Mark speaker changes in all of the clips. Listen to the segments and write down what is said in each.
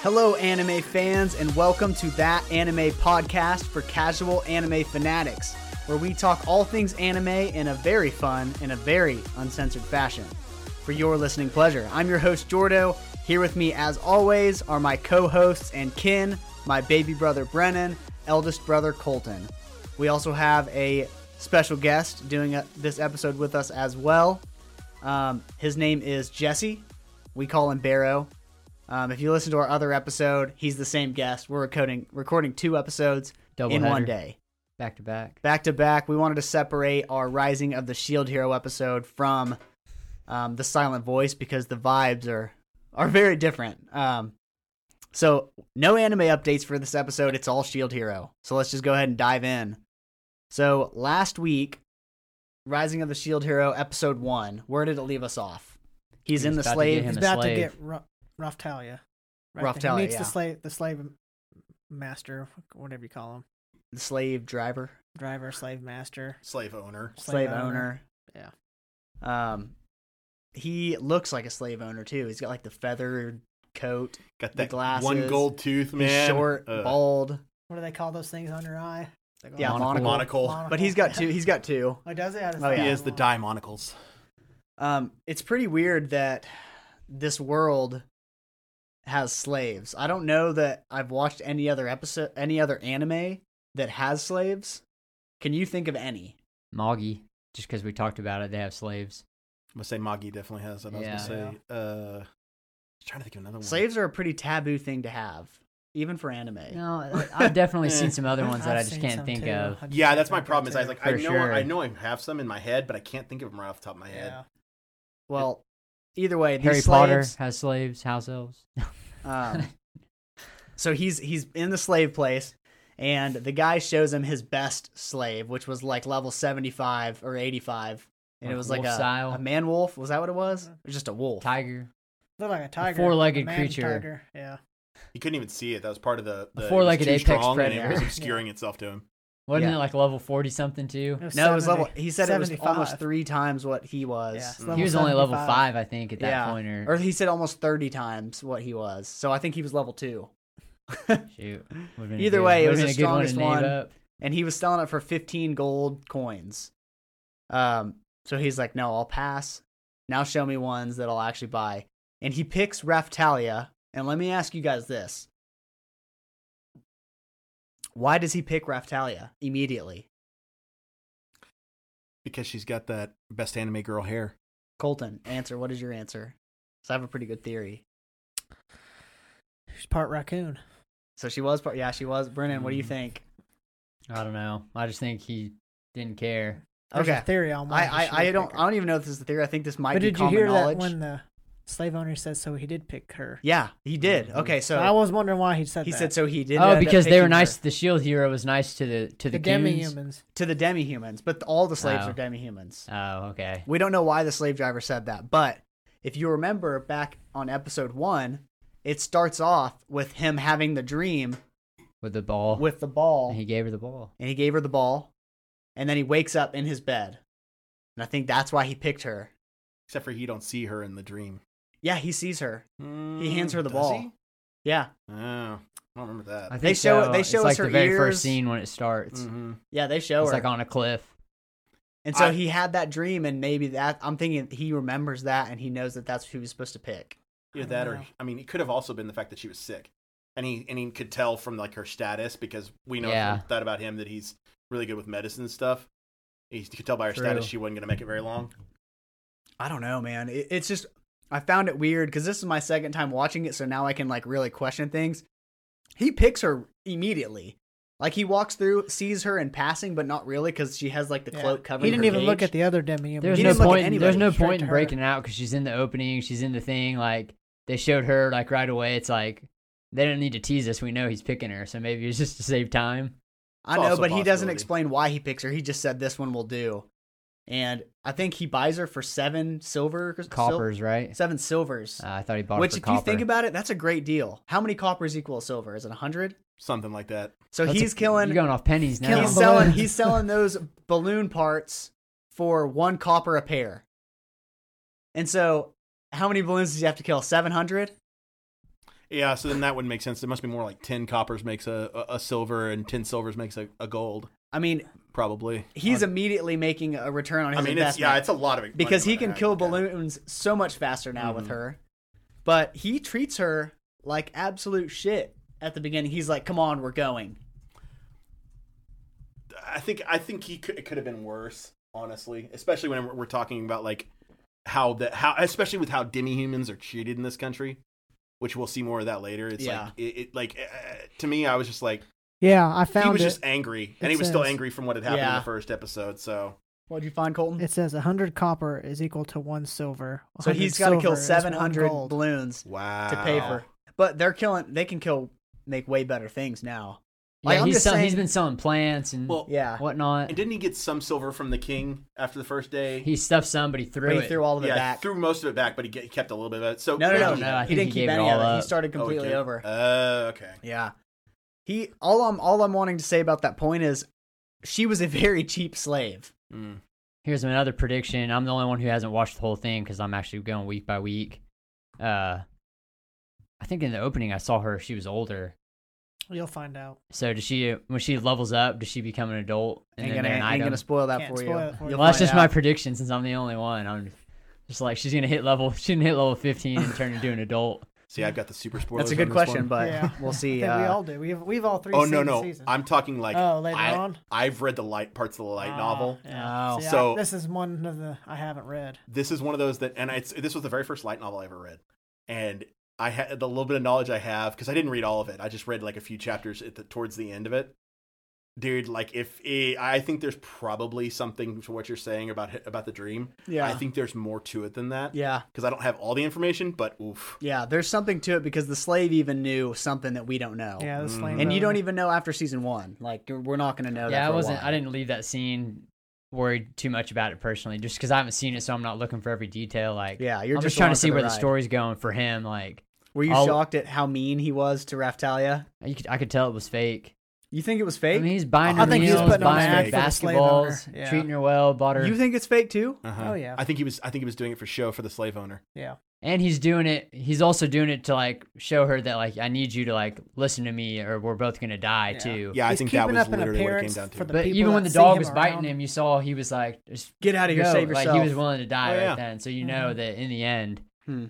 Speaker 1: Hello, anime fans, and welcome to That Anime Podcast for casual anime fanatics, where we talk all things anime in a very fun and a very uncensored fashion. For your listening pleasure, I'm your host, Jordo. Here with me, as always, are my co hosts and kin, my baby brother, Brennan, eldest brother, Colton. We also have a special guest doing uh this episode with us as well. Um, his name is Jesse. We call him Barrow. Um, if you listen to our other episode, he's the same guest. We're recording recording two episodes
Speaker 2: Double
Speaker 1: in one
Speaker 2: header.
Speaker 1: day,
Speaker 2: back to back.
Speaker 1: back to back. We wanted to separate our Rising of the Shield Hero episode from um, the Silent Voice because the vibes are are very different. Um, so no anime updates for this episode. It's all Shield Hero. So let's just go ahead and dive in. So last week, Rising of the Shield Hero episode one. Where did it leave us off? He's,
Speaker 2: He's
Speaker 1: in the
Speaker 2: about to get
Speaker 1: slave.
Speaker 2: him.
Speaker 3: He's
Speaker 2: a
Speaker 3: about to
Speaker 2: slave.
Speaker 3: get Ra- Raftalia.
Speaker 1: Raftalia,
Speaker 3: He meets
Speaker 1: yeah.
Speaker 3: the slave, the slave master, whatever you call him,
Speaker 1: The slave driver.
Speaker 3: driver, slave master,
Speaker 4: slave owner.
Speaker 1: slave owner.
Speaker 3: owner.
Speaker 1: Yeah. Um, he looks like a slave owner too. He's got like the feathered coat,
Speaker 4: Got
Speaker 1: The
Speaker 4: that
Speaker 1: glasses.
Speaker 4: one gold tooth,
Speaker 1: he's
Speaker 4: man. uh.
Speaker 1: short,
Speaker 4: Ugh.
Speaker 1: bald,
Speaker 3: What do they call those things on your eye? They go
Speaker 1: Yeah,
Speaker 3: on-
Speaker 1: monocle.
Speaker 4: Monocle.
Speaker 1: but he's got two. He's got two.
Speaker 3: Oh, does it? I just
Speaker 1: Oh,
Speaker 3: thought
Speaker 1: yeah.
Speaker 4: He
Speaker 3: it
Speaker 4: is the
Speaker 3: was
Speaker 4: die monocles.
Speaker 1: Um, it's pretty weird that this world has slaves. I don't know that I've watched any other episode, any other anime that has slaves. Can you think of any?
Speaker 2: Moggy, just because we talked about it, they have slaves.
Speaker 4: I'm gonna say Magi definitely has that. I was
Speaker 2: Yeah.
Speaker 4: gonna say. Uh, I was trying to think of another one.
Speaker 1: Slaves are a pretty taboo thing to have, even for anime.
Speaker 2: No, I've definitely seen
Speaker 4: Eh.
Speaker 2: some other ones that
Speaker 3: I've
Speaker 2: I just
Speaker 3: seen
Speaker 2: can't
Speaker 3: some
Speaker 2: think
Speaker 3: too.
Speaker 2: of.
Speaker 3: I just
Speaker 4: Yeah,
Speaker 3: can't
Speaker 4: that's my
Speaker 3: think of
Speaker 4: problem. Is I was
Speaker 3: too.
Speaker 4: like, "Ah, I
Speaker 2: For
Speaker 4: know,
Speaker 2: sure.
Speaker 4: I know, I have some in my head, but I can't think of them right off the top of my head.
Speaker 3: Yeah.
Speaker 1: Well, either way, these
Speaker 2: Harry Potter
Speaker 1: slaves,
Speaker 2: has slaves, house elves.
Speaker 1: Um, so he's he's in the slave place, and the guy shows him his best slave, which was like level seventy five or eighty five, and it
Speaker 2: Like
Speaker 1: was like
Speaker 2: wolf
Speaker 1: a,
Speaker 2: style?
Speaker 1: a man wolf. Was that what it was? Or just a wolf?
Speaker 2: Tiger.
Speaker 3: Look like a tiger,
Speaker 2: four-legged
Speaker 3: a man
Speaker 2: creature.
Speaker 3: Tiger. Yeah,
Speaker 4: You couldn't even see it. That was part of the, the it was
Speaker 2: four-legged
Speaker 4: too
Speaker 2: apex
Speaker 4: strong, And
Speaker 2: predator.
Speaker 4: it was obscuring itself to him.
Speaker 2: Wasn't
Speaker 1: Yeah.
Speaker 2: it like level 40 something too?
Speaker 1: No, it was level.
Speaker 3: 70.
Speaker 1: He said it was
Speaker 3: 75.
Speaker 1: almost three Mm. times what he was.
Speaker 3: Yeah, it's
Speaker 4: He
Speaker 2: He
Speaker 3: level
Speaker 2: was only level
Speaker 3: 75.
Speaker 2: 5, I think, at that
Speaker 1: Yeah.
Speaker 2: point. Or,
Speaker 1: Or he said almost thirty times what he was. So I think he was level two.
Speaker 2: shoot. would've been a
Speaker 1: Either
Speaker 2: good-
Speaker 1: way, it was
Speaker 2: would've been
Speaker 1: the
Speaker 2: a good one to
Speaker 1: strongest
Speaker 2: name
Speaker 1: one.
Speaker 2: up.
Speaker 1: and he was selling it for 15 gold coins. Um, so he's like, no, I'll pass. Now show me ones that I'll actually buy. And he picks Raftalia. And let me ask you guys this why does he pick Raftalia immediately?
Speaker 4: Because she's got that best anime girl hair.
Speaker 1: Colton, answer. What is your answer? So I have a pretty good theory.
Speaker 3: She's part raccoon.
Speaker 1: So she was part. Yeah, she was. Brennan, what do you
Speaker 2: Mm.
Speaker 3: Hmm.
Speaker 1: think?
Speaker 2: I don't know. I just think he didn't care.
Speaker 3: There's
Speaker 1: Okay.
Speaker 3: a theory on
Speaker 1: I,
Speaker 3: why he should
Speaker 1: I, I
Speaker 3: have
Speaker 1: don't.
Speaker 3: picked
Speaker 1: I don't even know if this is the theory. I think this might
Speaker 3: But
Speaker 1: be
Speaker 3: did you
Speaker 1: common
Speaker 3: hear
Speaker 1: knowledge.
Speaker 3: that when the slave owner says so? He did pick her.
Speaker 1: Yeah, he did. Okay, so
Speaker 3: Mm-hmm. I was wondering why he said
Speaker 1: he
Speaker 3: that.
Speaker 1: said so. He did. end
Speaker 2: Oh,
Speaker 1: up
Speaker 2: because they
Speaker 1: picking
Speaker 2: were
Speaker 1: her.
Speaker 2: nice. The shield hero was nice to the to the,
Speaker 3: the
Speaker 2: goons?
Speaker 3: demi-humans.
Speaker 1: to the demi-humans, but all the slaves
Speaker 2: Oh.
Speaker 1: are demi-humans.
Speaker 2: Oh, okay.
Speaker 1: We don't know why the slave driver said that, but if you remember back on episode 1, it starts off with him having the dream
Speaker 2: With the ball.
Speaker 1: with the ball
Speaker 2: Oh. And he gave her the ball.
Speaker 1: and he gave her the ball and then he wakes up in his bed. And I think that's why he picked her.
Speaker 4: Except for he don't see her in the dream.
Speaker 1: Yeah, he sees her.
Speaker 4: He
Speaker 1: hands her the
Speaker 4: Does
Speaker 1: ball.
Speaker 4: he?
Speaker 1: Yeah.
Speaker 4: Oh, I don't remember that.
Speaker 2: I think
Speaker 1: They show-
Speaker 2: so.
Speaker 1: they
Speaker 2: It's
Speaker 1: show us
Speaker 2: like
Speaker 1: her
Speaker 2: the very
Speaker 1: ears. Mm-hmm.
Speaker 2: first scene when it starts.
Speaker 4: Mhm.
Speaker 1: Yeah, they show
Speaker 2: It's
Speaker 1: her.
Speaker 2: like on a cliff.
Speaker 1: and so
Speaker 4: I-
Speaker 1: he had that dream and maybe that I'm thinking he remembers that and he knows that that's who he's supposed to pick.
Speaker 3: I
Speaker 4: Either
Speaker 3: don't
Speaker 4: that, or
Speaker 3: know.
Speaker 4: I mean, it could have also been the fact that she was sick, and he and he could tell from like her status because we know
Speaker 2: Yeah.
Speaker 4: that about him that he's really good with medicine and stuff. He could tell by her status
Speaker 2: True.
Speaker 4: she wasn't going to make it very long.
Speaker 1: I don't know, man. It, it's just I found it weird because this is my second time watching it, so now I can like really question things. He picks her immediately. Like he walks through, sees her in passing, but not really because she has like the
Speaker 3: Yeah.
Speaker 1: cloak covering.
Speaker 3: He didn't
Speaker 1: her
Speaker 3: even look
Speaker 1: gauge.
Speaker 3: at the other demi.
Speaker 2: There's
Speaker 1: He
Speaker 2: no
Speaker 1: didn't look at
Speaker 2: point. There's
Speaker 1: anybody.
Speaker 2: no
Speaker 3: Straight
Speaker 2: point
Speaker 3: to
Speaker 2: in
Speaker 3: her.
Speaker 2: breaking it out because she's in the opening. She's in the thing. Like they showed her like right away. It's like they don't need to tease us. We know he's picking her. So maybe it's just to save time.
Speaker 1: I
Speaker 4: It's
Speaker 1: know,
Speaker 4: also a
Speaker 1: but he doesn't
Speaker 4: possibility.
Speaker 1: explain why he picks her. He just said this one will do, and I think he buys her for seven silver sil-
Speaker 2: Coppers, right?
Speaker 1: seven silvers.
Speaker 2: Uh, I thought he bought
Speaker 1: which,
Speaker 2: it for
Speaker 1: if you think
Speaker 2: copper.
Speaker 1: about it, that's a great deal. How many coppers equal a silver? Is it a hundred?
Speaker 4: Something like that.
Speaker 1: So
Speaker 2: That's a-
Speaker 1: he's killing.
Speaker 2: You're going off pennies now.
Speaker 3: killing
Speaker 1: he's
Speaker 3: balloons.
Speaker 1: selling he's selling those balloon parts for one copper a pair. And so, how many balloons does he have to kill? Seven hundred.
Speaker 4: Yeah, so then that would make sense. It must be more like ten coppers makes a a, a silver, and ten silvers makes a, a gold,
Speaker 1: I mean,
Speaker 4: probably.
Speaker 1: he's
Speaker 4: On-
Speaker 1: immediately making a return on his
Speaker 4: I mean, it's
Speaker 1: investment
Speaker 4: yeah, it's a lot of money
Speaker 1: because he
Speaker 4: going
Speaker 1: can
Speaker 4: out,
Speaker 1: kill
Speaker 4: yeah.
Speaker 1: balloons so much faster now with
Speaker 4: Mhm.
Speaker 1: her. But he treats her like absolute shit at the beginning. He's like, "Come on, we're going."
Speaker 4: I think I think he could, it could have been worse, honestly. Especially when we're, we're talking about like how the how especially with how demi humans are treated in this country, which we'll see more of that later. It's
Speaker 1: Yeah.
Speaker 4: like it, it like uh, to me, I was just like
Speaker 3: Yeah, I found
Speaker 4: he was
Speaker 3: it.
Speaker 4: just angry, and
Speaker 3: It
Speaker 4: he was still
Speaker 3: says-
Speaker 4: angry from what had happened in
Speaker 1: Yeah.
Speaker 4: the first episode. So
Speaker 1: What'd you find, Colton?
Speaker 3: It says 100 copper is equal to 1 silver.
Speaker 1: so
Speaker 3: 100
Speaker 1: he's got to
Speaker 3: silver
Speaker 1: kill
Speaker 3: is one
Speaker 1: 700
Speaker 3: gold.
Speaker 1: balloons
Speaker 4: wow,
Speaker 1: to pay for. But they're killing. They can kill, make way better things now. Like,
Speaker 2: yeah,
Speaker 1: I'm
Speaker 2: he's
Speaker 1: just
Speaker 2: sell- he's
Speaker 1: saying-
Speaker 2: been selling plants and
Speaker 4: Well,
Speaker 1: Yeah,
Speaker 2: whatnot.
Speaker 4: and didn't he get some silver from the king after the first day?
Speaker 2: He stuffed some, but he threw
Speaker 1: but he
Speaker 2: it.
Speaker 1: threw all of it
Speaker 4: yeah,
Speaker 1: back.
Speaker 4: threw most of it back, but he, get, he kept a little bit of it. So
Speaker 1: no, no, no,
Speaker 2: No, no, I
Speaker 1: He didn't
Speaker 2: think he
Speaker 1: keep
Speaker 2: gave it
Speaker 1: any of
Speaker 2: all
Speaker 1: it. He
Speaker 2: up.
Speaker 1: started
Speaker 4: Oh, he
Speaker 1: completely
Speaker 4: did?
Speaker 1: over.
Speaker 4: Uh, okay.
Speaker 1: Yeah. He all I'm all I'm wanting to say about that point is she was a very cheap slave.
Speaker 4: Mm.
Speaker 2: Here's another prediction. I'm the only one who hasn't watched the whole thing because I'm actually going week by week. Uh, I think in the opening I saw her. She was older.
Speaker 3: You'll find out.
Speaker 2: So does she when she levels up? Does she become an adult?
Speaker 1: Ain't
Speaker 2: then
Speaker 1: gonna,
Speaker 2: they're an
Speaker 1: ain't
Speaker 2: item?
Speaker 1: gonna spoil that
Speaker 3: Can't
Speaker 1: for
Speaker 3: spoil
Speaker 1: you.
Speaker 3: it for you.
Speaker 1: You'll
Speaker 2: Well, that's
Speaker 1: find
Speaker 2: just my
Speaker 1: out.
Speaker 2: prediction since I'm the only one. I'm just like she's gonna hit level. She's gonna hit level 15 and turn into an adult.
Speaker 4: See, I've got the super
Speaker 1: That's
Speaker 4: spoilers.
Speaker 1: a
Speaker 4: on
Speaker 1: good
Speaker 4: this
Speaker 1: question,
Speaker 4: one.
Speaker 1: but
Speaker 3: Yeah.
Speaker 1: we'll see.
Speaker 3: I think we
Speaker 1: uh,
Speaker 3: all do. We've, we've all three
Speaker 4: oh
Speaker 3: seen
Speaker 4: no,
Speaker 3: the
Speaker 4: no,
Speaker 3: season.
Speaker 4: I'm talking like
Speaker 3: oh, later
Speaker 4: I-
Speaker 3: on?
Speaker 4: I've read the light parts of the light
Speaker 3: Ah,
Speaker 4: novel.
Speaker 3: Yeah.
Speaker 1: Oh.
Speaker 3: See, I-
Speaker 4: So-
Speaker 3: this is one of the I haven't read.
Speaker 4: This is one of those that, and it's this was the very first light novel I ever read, and I had the little bit of knowledge I have because I didn't read all of it. I just read like a few chapters at the towards the end of it. Dude, like if eh, I think there's probably something to what you're saying about about the dream.
Speaker 1: yeah,
Speaker 4: I think there's more to it than that
Speaker 1: yeah,
Speaker 4: because I don't have all the information, but oof.
Speaker 1: yeah. There's something to it because the slave even knew something that we don't know.
Speaker 3: Yeah, the
Speaker 4: Mm.
Speaker 3: slang
Speaker 1: and you don't
Speaker 3: bone.
Speaker 1: even know after season one. Like you're- we're not gonna know. that
Speaker 2: yeah, I
Speaker 1: for a
Speaker 2: wasn't.
Speaker 1: while.
Speaker 2: I didn't leave that scene worried too much about it personally, just because I haven't seen it, so I'm not looking for every detail. Like,
Speaker 1: Yeah, you're
Speaker 2: I'm
Speaker 1: just
Speaker 2: just trying
Speaker 1: along
Speaker 2: to
Speaker 1: for
Speaker 2: see
Speaker 1: the
Speaker 2: where the
Speaker 1: ride.
Speaker 2: story's going for him. Like,
Speaker 1: Were you
Speaker 2: I'll-
Speaker 1: shocked at how mean he was to Raftalia?
Speaker 2: you could, I could tell it was fake.
Speaker 1: You think it was fake?
Speaker 2: I mean, he's buying
Speaker 4: I
Speaker 2: her
Speaker 4: think he was
Speaker 2: meals,
Speaker 4: putting on
Speaker 2: buying
Speaker 4: an
Speaker 2: her
Speaker 4: act
Speaker 3: for the slave owner,
Speaker 2: basketballs,
Speaker 3: yeah.
Speaker 2: treating her well, bought her,
Speaker 1: you think it's fake too?
Speaker 4: Uh-huh.
Speaker 3: Oh, yeah.
Speaker 4: I think he was. I think he was doing it for show for the slave owner.
Speaker 3: Yeah.
Speaker 2: and he's doing it. He's also doing it to like show her that like I need you to like listen to me, or we're both gonna die
Speaker 3: Yeah.
Speaker 2: too.
Speaker 4: Yeah, I
Speaker 3: He's
Speaker 4: think that
Speaker 3: keeping
Speaker 4: was
Speaker 3: up an
Speaker 4: literally what it came
Speaker 3: appearance
Speaker 4: down to.
Speaker 3: for the
Speaker 2: But
Speaker 3: people
Speaker 2: even when
Speaker 3: that
Speaker 2: the
Speaker 3: see
Speaker 2: dog
Speaker 3: him
Speaker 2: was biting
Speaker 3: around-
Speaker 2: him, you saw he was like, just
Speaker 1: Get out of here,
Speaker 2: go.
Speaker 1: save
Speaker 2: Like,
Speaker 1: yourself.
Speaker 2: he was willing to die
Speaker 4: Oh,
Speaker 2: right
Speaker 4: yeah.
Speaker 2: then. So you
Speaker 3: Mhm.
Speaker 2: know that in the end,
Speaker 1: Hmm.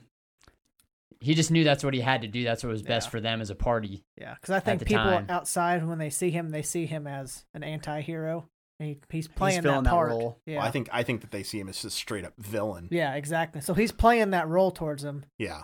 Speaker 2: he just knew that's what he had to do. That's what was best
Speaker 3: Yeah.
Speaker 2: for them as a party.
Speaker 3: Yeah, because I think
Speaker 2: the
Speaker 3: people
Speaker 2: time.
Speaker 3: outside when they see him, they see him as an anti-hero. And he, he's playing
Speaker 1: filling that
Speaker 3: that part.
Speaker 1: role.
Speaker 3: Yeah,
Speaker 4: I think. I think that they see him as a straight up villain.
Speaker 3: yeah, exactly. So he's playing that role towards him.
Speaker 4: Yeah.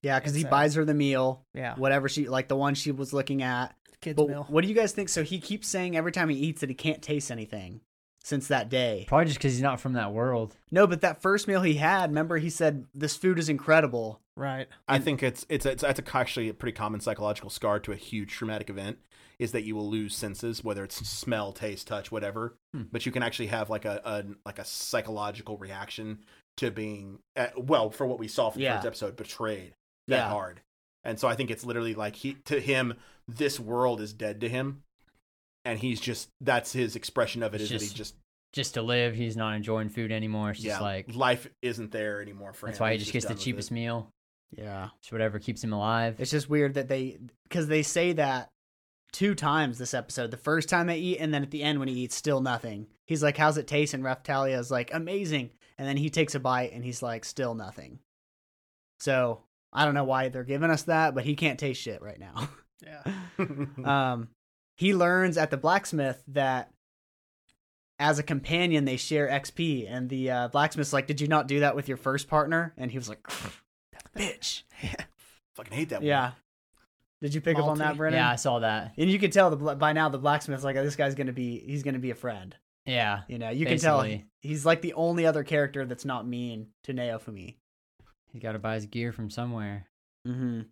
Speaker 1: Yeah, because he
Speaker 3: It's, uh,
Speaker 1: buys her the meal,
Speaker 3: Yeah,
Speaker 1: whatever she like the one she was looking at.
Speaker 3: kids
Speaker 1: But
Speaker 3: meal.
Speaker 1: what do you guys think? So he keeps saying every time he eats that he can't taste anything since that day.
Speaker 2: Probably just because he's not from that world.
Speaker 1: No, but that first meal he had, remember he said this food is incredible.
Speaker 3: Right.
Speaker 4: I think it's it's it's that's a, actually a pretty common psychological scar to a huge traumatic event is that you will lose senses, whether it's smell, taste, touch, whatever.
Speaker 2: Hmm.
Speaker 4: But you can actually have like a, a like a psychological reaction to being uh, well for what we saw from
Speaker 1: Yeah.
Speaker 4: the first episode betrayed that
Speaker 1: Yeah.
Speaker 4: hard, and so I think it's literally like he to him this world is dead to him, and he's just that's his expression of it
Speaker 2: It's
Speaker 4: is
Speaker 2: just
Speaker 4: that he just
Speaker 2: Just to live, he's not enjoying food anymore. It's
Speaker 4: yeah
Speaker 2: just like
Speaker 4: life isn't there anymore for
Speaker 2: that's
Speaker 4: him.
Speaker 2: why he
Speaker 4: He's
Speaker 2: just gets the
Speaker 4: done with it.
Speaker 2: cheapest meal.
Speaker 1: Yeah.
Speaker 2: It's whatever keeps him alive.
Speaker 1: It's just weird that they because they say that two times this episode. The first time they eat, and then at the end when he eats, still nothing. He's like, "How's it taste?" And Reftalia is like, "Amazing." And then he takes a bite, and he's like, "Still nothing." So I don't know why they're giving us that, but he can't taste shit right now.
Speaker 3: Yeah.
Speaker 2: uh,
Speaker 1: um, he learns at the blacksmith that as a companion they share XP, and the uh, blacksmith's like, "Did you not do that with your first partner?" And he was like, "That "Bitch."
Speaker 4: Fucking hate that.
Speaker 1: Yeah. Did you pick up on that,
Speaker 3: Malty.
Speaker 1: Brennan?
Speaker 2: yeah, I saw that.
Speaker 1: And you can tell the bla- by now the blacksmith's like this guy's gonna be he's gonna be a friend.
Speaker 2: Yeah.
Speaker 1: You know, you can tell
Speaker 2: Basically.
Speaker 1: he's like the only other character that's not mean to Naofumi.
Speaker 2: He's got to buy his gear from somewhere.
Speaker 1: Mm-hmm.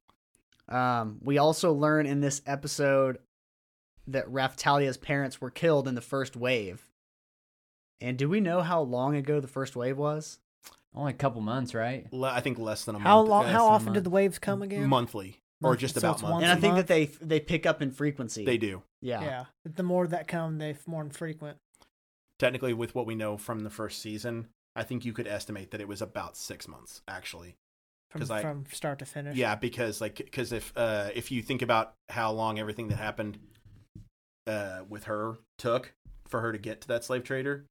Speaker 1: Um, we also learn in this episode that Raftalia's parents were killed in the first wave. And do we know how long ago the first wave was?
Speaker 2: Only a couple months, right?
Speaker 4: Le- I think less than a month.
Speaker 3: How long?
Speaker 4: uh,
Speaker 3: How
Speaker 2: a
Speaker 3: often do
Speaker 2: month.
Speaker 3: the waves come again?
Speaker 4: monthly or
Speaker 3: Month-
Speaker 4: just
Speaker 3: so
Speaker 4: about
Speaker 3: it's
Speaker 4: monthly.
Speaker 1: and I
Speaker 3: a
Speaker 1: think
Speaker 3: month?
Speaker 1: that they they pick up in frequency.
Speaker 4: They do
Speaker 1: Yeah.
Speaker 3: Yeah. The more that come, they f- more infrequent.
Speaker 4: technically with what we know from the first season. I think you could estimate that it was about six months actually
Speaker 3: from
Speaker 4: 'Cause I-
Speaker 3: from start to finish.
Speaker 4: Yeah, because like because if uh if you think about how long everything that happened uh with her took for her to get to that slave trader,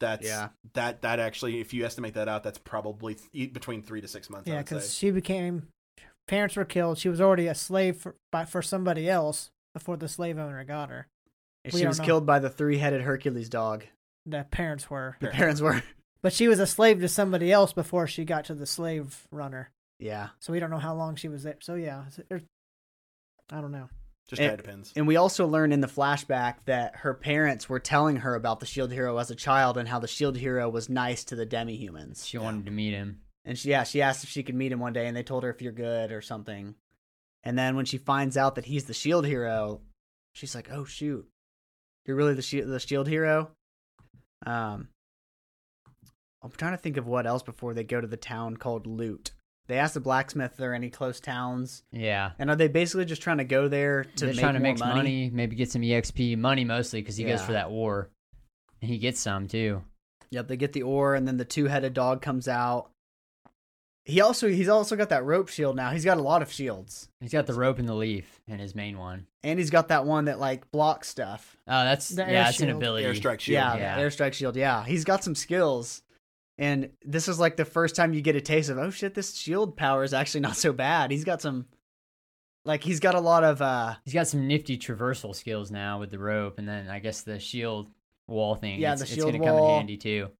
Speaker 4: that's
Speaker 1: Yeah.
Speaker 4: that that actually if you estimate that out, that's probably th- e, between three to six months.
Speaker 3: yeah,
Speaker 4: I would
Speaker 3: because
Speaker 4: say.
Speaker 3: she became parents were killed. She was already a slave for by, for somebody else before the slave owner got her.
Speaker 1: And
Speaker 3: We
Speaker 1: she
Speaker 3: don't
Speaker 1: was
Speaker 3: know.
Speaker 1: killed by the three-headed Hercules dog.
Speaker 3: The parents were,
Speaker 1: The parents were.
Speaker 3: but she was a slave to somebody else before she got to the slave runner.
Speaker 1: Yeah.
Speaker 3: So we don't know how long she was there. So yeah, it's- it- I don't know.
Speaker 4: just
Speaker 1: it-
Speaker 4: kind of depends.
Speaker 1: And we also learn in the flashback that her parents were telling her about the shield E hero as a child and how the shield E hero was nice to the demi-humans.
Speaker 2: She wanted to meet him.
Speaker 1: And she, yeah, she asked if she could meet him one day, and they told her if you're good or something. And then when she finds out that he's the shield E hero, she's like, "Oh shoot, you're really the shield, E, the shield hero." Um, I'm trying to think of what else before they go to the town called Loot. They ask the blacksmith if there are any close towns,
Speaker 2: Yeah.
Speaker 1: and are they basically just trying to go there to
Speaker 2: They're
Speaker 1: make
Speaker 2: trying to
Speaker 1: more
Speaker 2: make some money. maybe get some EXP money mostly because he goes
Speaker 1: Yeah.
Speaker 2: for that war, and he gets some too.
Speaker 1: Yep, they get the ore, and then the two-headed dog comes out. He also he's also got that rope shield now. He's got a lot of shields,
Speaker 2: He's got the rope and the leaf and his main one.
Speaker 1: and he's got that one that like blocks stuff.
Speaker 2: Oh, that's
Speaker 3: The air
Speaker 2: yeah, that's an
Speaker 3: shield.
Speaker 2: ability.
Speaker 4: Airstrike shield.
Speaker 1: Yeah,
Speaker 2: Yeah.
Speaker 1: the airstrike shield. Yeah, he's got some skills, and this is like the first time you get a taste of oh shit, this shield power is actually not so bad. He's got some, like he's got a lot of uh
Speaker 2: He's got some nifty traversal skills now with the rope, and then I guess the shield wall thing.
Speaker 1: Yeah,
Speaker 2: it's,
Speaker 1: the
Speaker 2: it's
Speaker 1: shield
Speaker 2: gonna come
Speaker 1: wall.
Speaker 2: in handy too.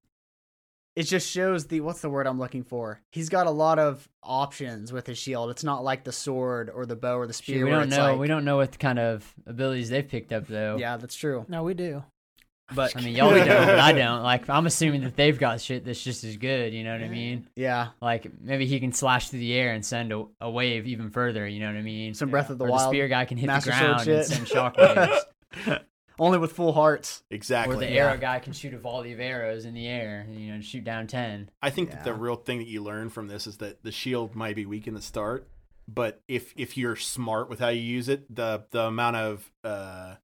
Speaker 1: it just shows the what's the word I'm looking for. He's got a lot of options with his shield. It's not like the sword or the bow or the
Speaker 2: Shoot,
Speaker 1: spear.
Speaker 2: we
Speaker 1: where
Speaker 2: don't
Speaker 1: it's
Speaker 2: know.
Speaker 1: like-
Speaker 2: we don't know what kind of abilities they've picked up though.
Speaker 1: Yeah, that's true.
Speaker 3: No, we do.
Speaker 1: But
Speaker 2: I mean, y'all don't, but I don't. Like, I'm assuming that they've got shit that's just as good. You know what I
Speaker 3: Yeah.
Speaker 2: mean?
Speaker 1: yeah,
Speaker 2: Like, maybe he can slash through the air and send a, a wave even further. You know what I mean?
Speaker 1: some Breath of the
Speaker 2: or
Speaker 1: Wild,
Speaker 2: the spear guy can hit
Speaker 1: Master
Speaker 2: the
Speaker 1: Sword
Speaker 2: ground
Speaker 1: shit.
Speaker 2: and send shockwaves.
Speaker 1: only with full hearts.
Speaker 4: exactly.
Speaker 2: or the
Speaker 1: Yeah.
Speaker 2: arrow guy can shoot a volley of arrows in the air, you know, and shoot down ten.
Speaker 4: I think that the
Speaker 1: Yeah.
Speaker 4: real thing that you learn from this is that the shield might be weak in the start, but if if you're smart with how you use it, the the amount of uh,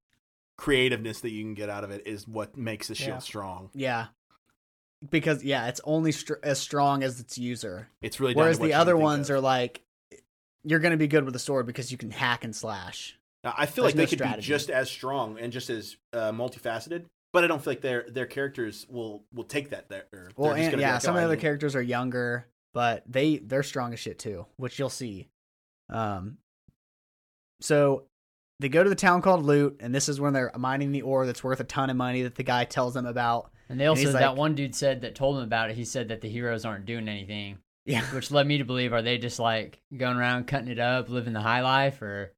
Speaker 4: creativeness that you can get out of it is what makes the shield
Speaker 3: Yeah.
Speaker 4: strong.
Speaker 1: Yeah, because yeah, it's only str- as strong as its user.
Speaker 4: It's really down to
Speaker 1: Whereas
Speaker 4: what
Speaker 1: the
Speaker 4: you can
Speaker 1: other
Speaker 4: think
Speaker 1: ones
Speaker 4: of.
Speaker 1: are like, you're going to be good with a sword because you can hack and slash.
Speaker 4: I feel
Speaker 1: there's
Speaker 4: like they
Speaker 1: no
Speaker 4: could
Speaker 1: strategy.
Speaker 4: be just as strong and just as uh, multifaceted, but I don't feel like their their characters will will take that there. They're
Speaker 1: Well,
Speaker 4: just
Speaker 1: and
Speaker 4: gonna be
Speaker 1: yeah,
Speaker 4: like,
Speaker 1: some
Speaker 4: "Oh,
Speaker 1: of the
Speaker 4: I
Speaker 1: other
Speaker 4: need-"
Speaker 1: characters are younger, but they they're strong as shit too, which you'll see. Um, so they go to the town called Loot, and this is when they're mining the ore that's worth a ton of money that the guy tells them about.
Speaker 2: And they also
Speaker 1: he's
Speaker 2: that
Speaker 1: like-
Speaker 2: one dude said that told him about it. He said that the heroes aren't doing anything,
Speaker 1: Yeah,
Speaker 2: which led me to believe are they just like going around cutting it up, living the high life, or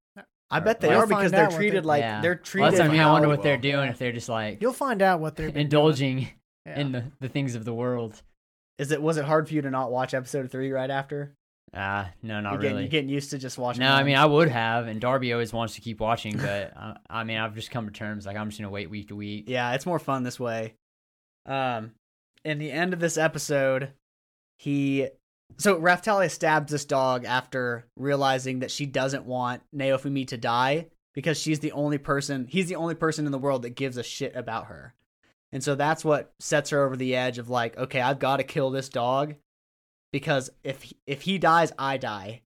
Speaker 1: I bet they
Speaker 2: We'll
Speaker 1: are because
Speaker 3: find
Speaker 1: they're
Speaker 3: out what
Speaker 1: treated
Speaker 3: they-
Speaker 1: like
Speaker 2: yeah.
Speaker 1: they're
Speaker 2: Well,
Speaker 1: treated.
Speaker 2: that's what I mean. I wonder
Speaker 4: how
Speaker 2: what they're
Speaker 4: well.
Speaker 2: doing if they're just like
Speaker 3: You'll find out what they're
Speaker 2: indulging
Speaker 3: Yeah.
Speaker 2: in the, the things of the world.
Speaker 1: Is it was it hard for you to not watch episode three right after?
Speaker 2: Ah, no, not
Speaker 1: you're, getting,
Speaker 2: really.
Speaker 1: you're getting used to just watching.
Speaker 2: no, I mean
Speaker 1: ones.
Speaker 2: I would have, and Darby always wants to keep watching, but I, I mean I've just come to terms like I'm just gonna wait week to week.
Speaker 1: Yeah, it's more fun this way. Um, in the end of this episode, he so Raftalia stabs this dog after realizing that she doesn't want Naofumi to die because she's the only person he's the only person in the world that gives a shit about her. And so that's what sets her over the edge of like, okay, I've got to kill this dog because if if he dies, I die.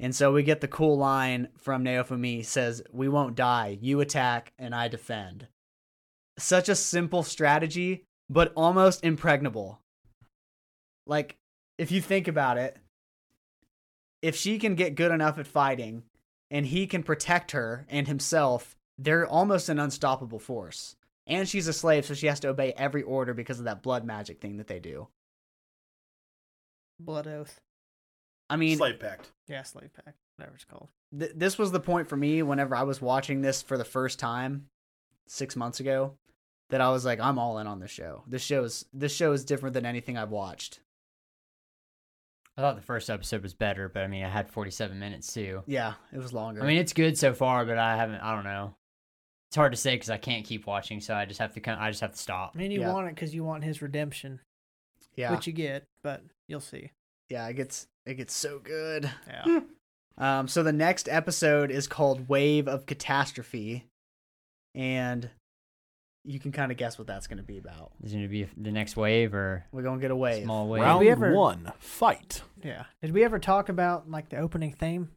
Speaker 1: And so we get the cool line from Naofumi says, "We won't die. You attack and I defend." Such a simple strategy, but almost impregnable. Like if you think about it, if she can get good enough at fighting and he can protect her and himself, they're almost an unstoppable force. And she's a slave, so she has to obey every order because of that blood magic thing that they do.
Speaker 3: blood oath.
Speaker 1: I mean,
Speaker 4: slave pact.
Speaker 3: Yeah, slave pack, whatever it's called.
Speaker 1: th- this was the point for me whenever I was watching this for the first time six months ago that I was like, I'm all in on this show. This show is this show is different than anything I've watched.
Speaker 2: I thought the first episode was better, but I mean I had 47 minutes too.
Speaker 1: Yeah, it was longer.
Speaker 2: I mean, it's good so far, but I haven't. I don't know. It's hard to say because I can't keep watching, so I just have to. Kind I just have to stop.
Speaker 3: I mean, you
Speaker 1: Yeah.
Speaker 3: want it because you want his redemption,
Speaker 1: yeah,
Speaker 3: which you get, but you'll see.
Speaker 1: yeah, it gets it gets so good.
Speaker 3: Yeah.
Speaker 1: Um, so the next episode is called Wave of Catastrophe, and you can kind of guess what that's going to be about.
Speaker 2: Is it going to be the next wave or
Speaker 1: We're going to get a wave.
Speaker 2: small wave?
Speaker 3: Did
Speaker 4: Round
Speaker 3: we ever-
Speaker 4: one, fight.
Speaker 3: Yeah. Did we ever talk about like the opening theme?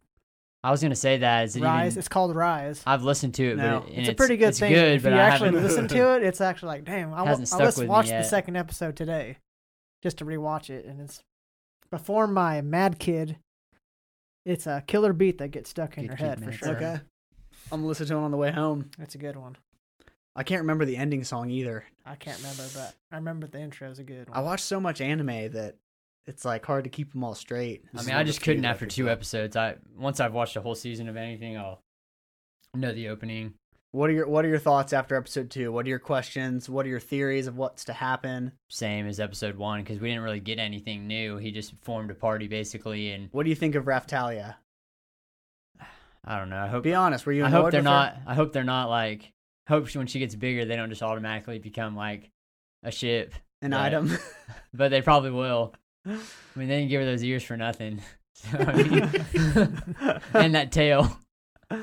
Speaker 2: I was going to say that. Is it
Speaker 3: Rise.
Speaker 2: even-
Speaker 3: It's called Rise.
Speaker 2: I've listened to it,
Speaker 1: No,
Speaker 2: but it, and
Speaker 3: it's, a pretty good
Speaker 2: it's
Speaker 3: thing.
Speaker 2: Good,
Speaker 3: if
Speaker 2: but
Speaker 3: you
Speaker 2: I
Speaker 3: actually
Speaker 2: haven't-
Speaker 3: listen to it, it's actually like, damn, I, wa-
Speaker 2: Hasn't
Speaker 3: I
Speaker 2: stuck
Speaker 3: just
Speaker 2: with me
Speaker 3: watched the
Speaker 2: yet.
Speaker 3: second episode today just to rewatch it, and it's before my Mad Kid. It's a killer beat that gets stuck in
Speaker 2: Good
Speaker 3: your
Speaker 2: kid,
Speaker 3: head for
Speaker 2: Mad
Speaker 3: sure.
Speaker 2: Kid.
Speaker 1: Okay. I'm gonna listen to it on the way home.
Speaker 3: That's a good one.
Speaker 1: I can't remember the ending song either.
Speaker 3: I can't remember, but I remember the intro is a good
Speaker 1: I
Speaker 3: one.
Speaker 1: watch so much anime that it's like hard to keep them all straight.
Speaker 2: I mean,
Speaker 4: This is
Speaker 2: I
Speaker 4: one of
Speaker 2: just
Speaker 4: the few
Speaker 2: couldn't
Speaker 4: that I
Speaker 2: after
Speaker 4: could
Speaker 2: two
Speaker 4: do.
Speaker 2: episodes. I once I've watched a whole season of anything, I'll know the opening.
Speaker 1: What are your What are your thoughts after episode two? What are your questions? What are your theories of what's to happen?
Speaker 2: Same as episode one because we didn't really get anything new. He just formed a party basically, and
Speaker 1: What do you think of Raftalia?
Speaker 2: I don't know. I hope
Speaker 1: Be honest. Were you?
Speaker 2: I
Speaker 1: annoyed
Speaker 2: hope they're
Speaker 1: with her?
Speaker 2: not. I hope they're not like. Hope she- when she gets bigger, they don't just automatically become like a ship.
Speaker 1: an
Speaker 2: Right.
Speaker 1: item.
Speaker 2: But they probably will. I mean, they didn't give her those ears for nothing. So, I mean, and that tail.
Speaker 1: that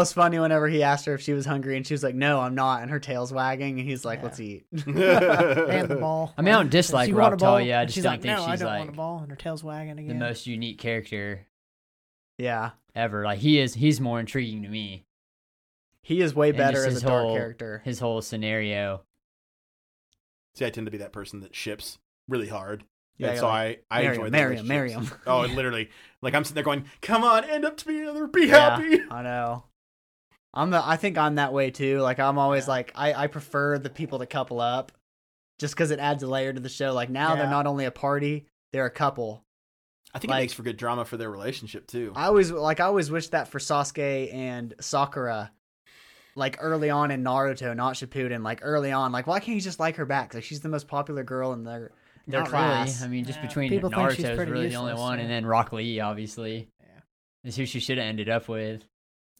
Speaker 1: was funny. Whenever he asked her if she was hungry, and she was like, "No, I'm not," and her tail's wagging, and he's like,
Speaker 3: Yeah.
Speaker 1: "Let's eat."
Speaker 3: and the ball.
Speaker 2: I mean, I don't
Speaker 3: If
Speaker 2: dislike
Speaker 3: you want a ball-
Speaker 2: Raptalia, I
Speaker 3: and
Speaker 2: just
Speaker 3: she's
Speaker 2: don't
Speaker 3: like,
Speaker 2: think
Speaker 3: no,
Speaker 2: she's
Speaker 3: I don't
Speaker 2: like
Speaker 3: want a ball, and her tail's wagging
Speaker 2: The
Speaker 3: again.
Speaker 2: most unique character
Speaker 1: Yeah,
Speaker 2: ever. Like he is. He's more intriguing to me.
Speaker 1: he is way
Speaker 2: And
Speaker 1: better
Speaker 2: just
Speaker 1: as
Speaker 2: his
Speaker 1: a dark
Speaker 2: whole-
Speaker 1: character.
Speaker 2: His whole scenario.
Speaker 4: See, I tend to be that person that ships really hard.
Speaker 1: Yeah,
Speaker 4: and
Speaker 1: you're
Speaker 4: so
Speaker 1: like,
Speaker 4: I, I
Speaker 1: "Marry
Speaker 4: enjoy
Speaker 1: him,
Speaker 4: the
Speaker 1: marry him, marry
Speaker 4: relationships. Oh, and literally, like I'm sitting there going, "Come on, end up to be another, be happy."
Speaker 1: I know. I'm the. I think I'm that way too. Like I'm always
Speaker 3: Yeah.
Speaker 1: like I. I prefer the people to couple up, just because it adds a layer to the show. Like now they're
Speaker 3: Yeah.
Speaker 1: not only a party, they're a couple.
Speaker 4: I think
Speaker 1: Like-
Speaker 4: it makes for good drama for their relationship too.
Speaker 1: I always like I always wish that for Sasuke and Sakura, like early on in Naruto, not Shippuden. Like early on, like why can't he just like her back? Like she's the most popular girl in their their
Speaker 2: Not
Speaker 1: class.
Speaker 2: really. I mean, just
Speaker 3: Yeah.
Speaker 2: between
Speaker 3: People think
Speaker 2: Naruto's
Speaker 3: she's
Speaker 2: really
Speaker 3: pretty
Speaker 2: the only
Speaker 3: useless,
Speaker 2: one,
Speaker 3: yeah.
Speaker 2: and then Rock Lee, obviously,
Speaker 3: Yeah.
Speaker 2: is who she should have ended up with.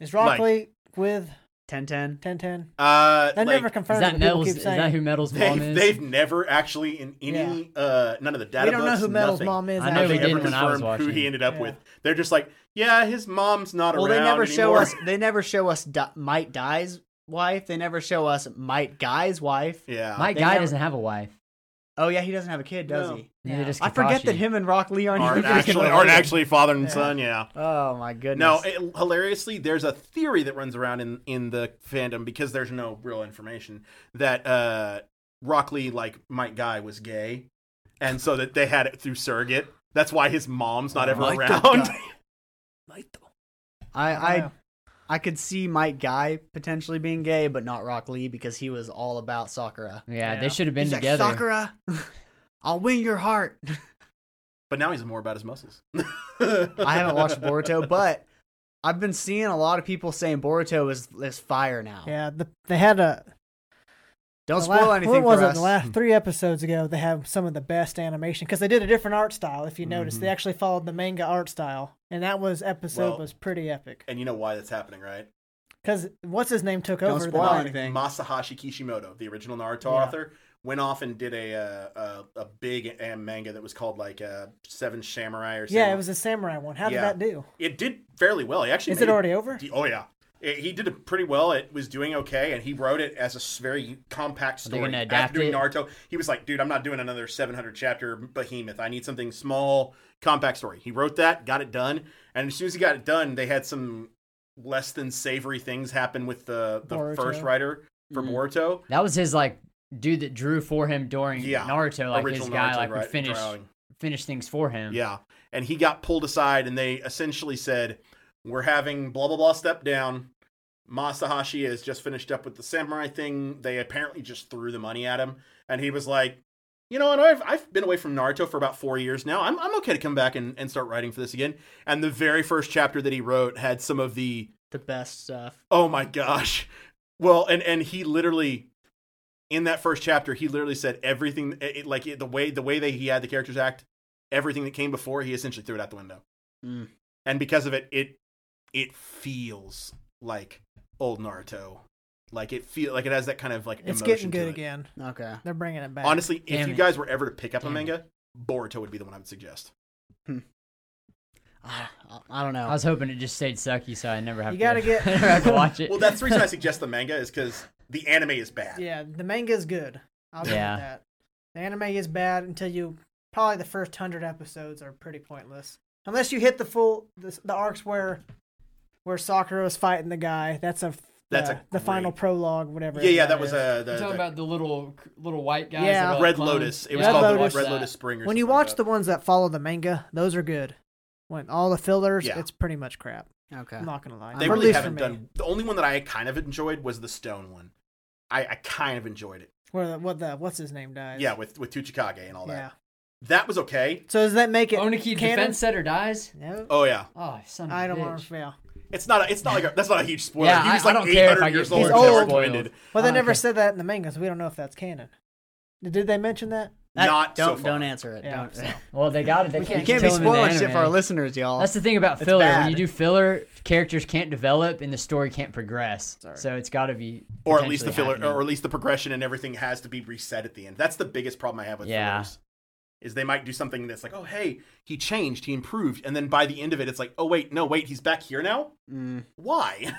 Speaker 3: is Rock
Speaker 4: Like-
Speaker 3: Lee with
Speaker 1: Ten ten.
Speaker 3: 1010?
Speaker 4: Uh,
Speaker 3: That
Speaker 4: like,
Speaker 3: never
Speaker 2: Is
Speaker 3: confirmed.
Speaker 2: that
Speaker 3: but people
Speaker 2: Metal's?
Speaker 3: keep
Speaker 2: Is
Speaker 3: saying
Speaker 2: that who Metal's mom
Speaker 4: they've,
Speaker 2: is?
Speaker 4: they've never actually in any uh none of the data
Speaker 3: we don't know
Speaker 4: books,
Speaker 3: who Metal's
Speaker 4: nothing,
Speaker 3: mom is.
Speaker 2: I know we
Speaker 3: actually.
Speaker 4: They never
Speaker 2: didn't when I was
Speaker 4: confirmed who
Speaker 2: watching.
Speaker 4: he ended up
Speaker 3: Yeah.
Speaker 4: with. They're just like, yeah, his mom's not
Speaker 1: Well,
Speaker 4: around
Speaker 1: they never show
Speaker 4: anymore."
Speaker 1: us. They never show us Di- Might Die's wife. They never show us Might Guy's wife.
Speaker 4: yeah,
Speaker 2: My
Speaker 1: they
Speaker 2: guy
Speaker 1: never-
Speaker 2: doesn't have a wife.
Speaker 1: Oh yeah, he doesn't have a kid, does
Speaker 4: No.
Speaker 1: he?
Speaker 2: Neither
Speaker 3: Yeah.
Speaker 2: does
Speaker 1: I forget that
Speaker 2: Kakashi.
Speaker 1: him and Rock Lee aren't,
Speaker 4: aren't
Speaker 1: even freaking
Speaker 4: actually
Speaker 1: related.
Speaker 4: aren't actually father and
Speaker 3: Yeah.
Speaker 4: son. Yeah.
Speaker 1: Oh my goodness.
Speaker 4: No, it, hilariously, there's a theory that runs around in in the fandom because there's no real information that uh Rock Lee, like Mike Guy, was gay, and so that they had it through surrogate. That's why his mom's not ever
Speaker 1: Like that
Speaker 4: around.
Speaker 1: I
Speaker 3: I
Speaker 1: I,
Speaker 3: don't
Speaker 1: I could see Mike Guy potentially being gay, but not Rock Lee because he was all about Sakura.
Speaker 2: Yeah,
Speaker 3: Yeah.
Speaker 2: they should have been
Speaker 1: He's like,
Speaker 2: together.
Speaker 1: Sakura, I'll win your heart.
Speaker 4: but now he's more about his muscles.
Speaker 1: I
Speaker 4: I
Speaker 1: haven't watched Boruto, but I've been seeing a lot of people saying Boruto is is fire now.
Speaker 3: yeah, the, they had a.
Speaker 1: Don't
Speaker 3: the
Speaker 1: spoil
Speaker 3: last,
Speaker 1: anything
Speaker 3: What was
Speaker 1: for
Speaker 3: it?
Speaker 1: us.
Speaker 3: The last three episodes ago, they have some of the best animation because they did a different art style. If you notice,
Speaker 1: Mm-hmm.
Speaker 3: they actually followed the manga art style, and that was episode
Speaker 4: Well-
Speaker 3: was pretty epic.
Speaker 4: And you know why that's happening, right?
Speaker 3: Because what's his name took
Speaker 1: Don't
Speaker 3: over. the
Speaker 1: spoil
Speaker 3: art.
Speaker 1: anything.
Speaker 4: Masahashi Kishimoto, the original Naruto
Speaker 3: Yeah.
Speaker 4: author, went off and did a uh, a, a big uh, manga that was called like uh, Seven Samurai or something.
Speaker 3: Yeah, it was a samurai one. How did
Speaker 4: Yeah.
Speaker 3: that do?
Speaker 4: It did fairly well. He actually
Speaker 3: Is
Speaker 4: made-
Speaker 3: it already over?
Speaker 4: Oh yeah, It- he did it pretty well. It was doing okay, and he wrote it as a s- very compact
Speaker 2: Are they
Speaker 4: story.
Speaker 2: gonna adapt
Speaker 4: After doing
Speaker 2: it?
Speaker 4: Naruto, he was like, "Dude, I'm not doing another 700 chapter behemoth. I need something small, compact story." He wrote that, got it done, and as soon as he got it done, they had some less than savory things happen with the the
Speaker 3: Boruto.
Speaker 4: first writer for
Speaker 1: Mm.
Speaker 4: Boruto.
Speaker 2: That was his like dude that drew for him during
Speaker 4: Yeah.
Speaker 2: Naruto, like his guy,
Speaker 4: Naruto
Speaker 2: like would
Speaker 4: writ-
Speaker 2: finish
Speaker 4: drawing.
Speaker 2: finish things for him.
Speaker 4: Yeah. And he got pulled aside and they essentially said, We're having blah blah blah step down. Masahashi has just finished up with the samurai thing. They apparently just threw the money at him. And he was like, you know, and I've I've been away from Naruto for about four years now. I'm I'm okay to come back and, and start writing for this again. And the very first chapter that he wrote had some of the
Speaker 1: the best stuff.
Speaker 4: Oh my gosh. Well, and and he literally in that first chapter, he literally said everything it, it- like it, the way the way that he had the characters act, everything that came before, he essentially threw it out the window.
Speaker 1: Mm.
Speaker 4: And because of it, it it feels like old Naruto. Like it feel like it has that kind of like
Speaker 3: It's getting
Speaker 4: emotion to
Speaker 3: good
Speaker 4: it.
Speaker 3: again.
Speaker 1: Okay.
Speaker 3: They're bringing it back.
Speaker 4: Honestly, if
Speaker 2: Damn
Speaker 4: you
Speaker 2: it.
Speaker 4: guys were ever to pick up
Speaker 2: Damn
Speaker 4: a
Speaker 2: it.
Speaker 4: manga, Boruto would be the one I would suggest.
Speaker 1: I, I don't know.
Speaker 2: I was hoping it just stayed sucky, so I never have
Speaker 3: You
Speaker 2: to.
Speaker 3: gotta get-
Speaker 2: never have to watch it.
Speaker 4: Well, that's the reason I suggest the manga is because The anime is bad.
Speaker 3: Yeah, the manga is good. I'll give
Speaker 2: Yeah.
Speaker 3: it that. The anime is bad until you probably the first hundred episodes are pretty pointless, unless you hit the full the, the arcs where where Sakura's fighting the guy. That's a
Speaker 4: That's
Speaker 3: the,
Speaker 4: a
Speaker 3: the final
Speaker 4: great-
Speaker 3: prologue, whatever.
Speaker 4: Yeah, yeah, that was
Speaker 3: is.
Speaker 4: a
Speaker 5: You're
Speaker 4: the,
Speaker 5: talking
Speaker 4: the
Speaker 5: about the little little white guys.
Speaker 3: Yeah.
Speaker 5: that are
Speaker 4: Red
Speaker 5: like clones?
Speaker 4: Lotus. It
Speaker 5: Yeah,
Speaker 4: was
Speaker 3: Red
Speaker 4: called
Speaker 3: Lotus.
Speaker 4: the Red
Speaker 2: That.
Speaker 4: Lotus Spring. Or
Speaker 3: When you
Speaker 4: something like
Speaker 3: watch
Speaker 4: that.
Speaker 3: the ones that follow the manga, those are good. When all the fillers,
Speaker 4: Yeah.
Speaker 3: it's pretty much crap.
Speaker 1: Okay.
Speaker 3: I'm not gonna lie.
Speaker 4: they
Speaker 3: Or at
Speaker 4: really
Speaker 3: least for
Speaker 4: haven't
Speaker 3: me.
Speaker 4: done. The only one that I kind of enjoyed was the Stone one. I, I kind of enjoyed it.
Speaker 3: Where the, what the what's his name dies?
Speaker 4: Yeah, with with Tuchikage and all that.
Speaker 3: yeah.
Speaker 4: That was okay.
Speaker 3: So does that make it
Speaker 2: Oniki
Speaker 3: canon?
Speaker 2: defense setter dies.
Speaker 3: No,
Speaker 4: Oh yeah,
Speaker 2: Oh, son of a
Speaker 3: I don't
Speaker 2: bitch.
Speaker 3: want to. Yeah.
Speaker 4: it's not. A, it's not like a, that's not a huge spoiler.
Speaker 2: Yeah,
Speaker 4: he was
Speaker 2: I- I
Speaker 4: like
Speaker 2: don't care if I
Speaker 4: 800
Speaker 2: get
Speaker 4: years old.
Speaker 3: He's
Speaker 4: when they were
Speaker 3: old.
Speaker 4: commended.
Speaker 3: Well, they
Speaker 2: Oh,
Speaker 3: never
Speaker 2: okay.
Speaker 3: said that in the manga, so we don't know if that's canon. Did they mention that?
Speaker 1: That-
Speaker 4: Not so
Speaker 1: don't
Speaker 4: far.
Speaker 1: don't answer it.
Speaker 3: Yeah,
Speaker 1: don't.
Speaker 3: so-
Speaker 2: Well, they got it. They
Speaker 1: You
Speaker 2: can't,
Speaker 1: can't be
Speaker 2: kill him in the
Speaker 1: spoiling shit for our
Speaker 2: anime.
Speaker 1: listeners, y'all.
Speaker 2: That's the thing about
Speaker 1: It's
Speaker 2: filler.
Speaker 1: bad.
Speaker 2: When you do filler, characters can't develop and the story can't progress.
Speaker 3: Sorry.
Speaker 2: So it's got to be,
Speaker 4: or at least the
Speaker 2: potentially
Speaker 4: filler,
Speaker 2: happening.
Speaker 4: or at least the progression and everything has to be reset at the end. That's the biggest problem I have with
Speaker 2: Yeah.
Speaker 4: fillers. Is they might do something that's like, oh hey, he changed, he improved, and then by the end of it, it's like, oh wait, no wait, he's back here now.
Speaker 1: Mm.
Speaker 4: Why?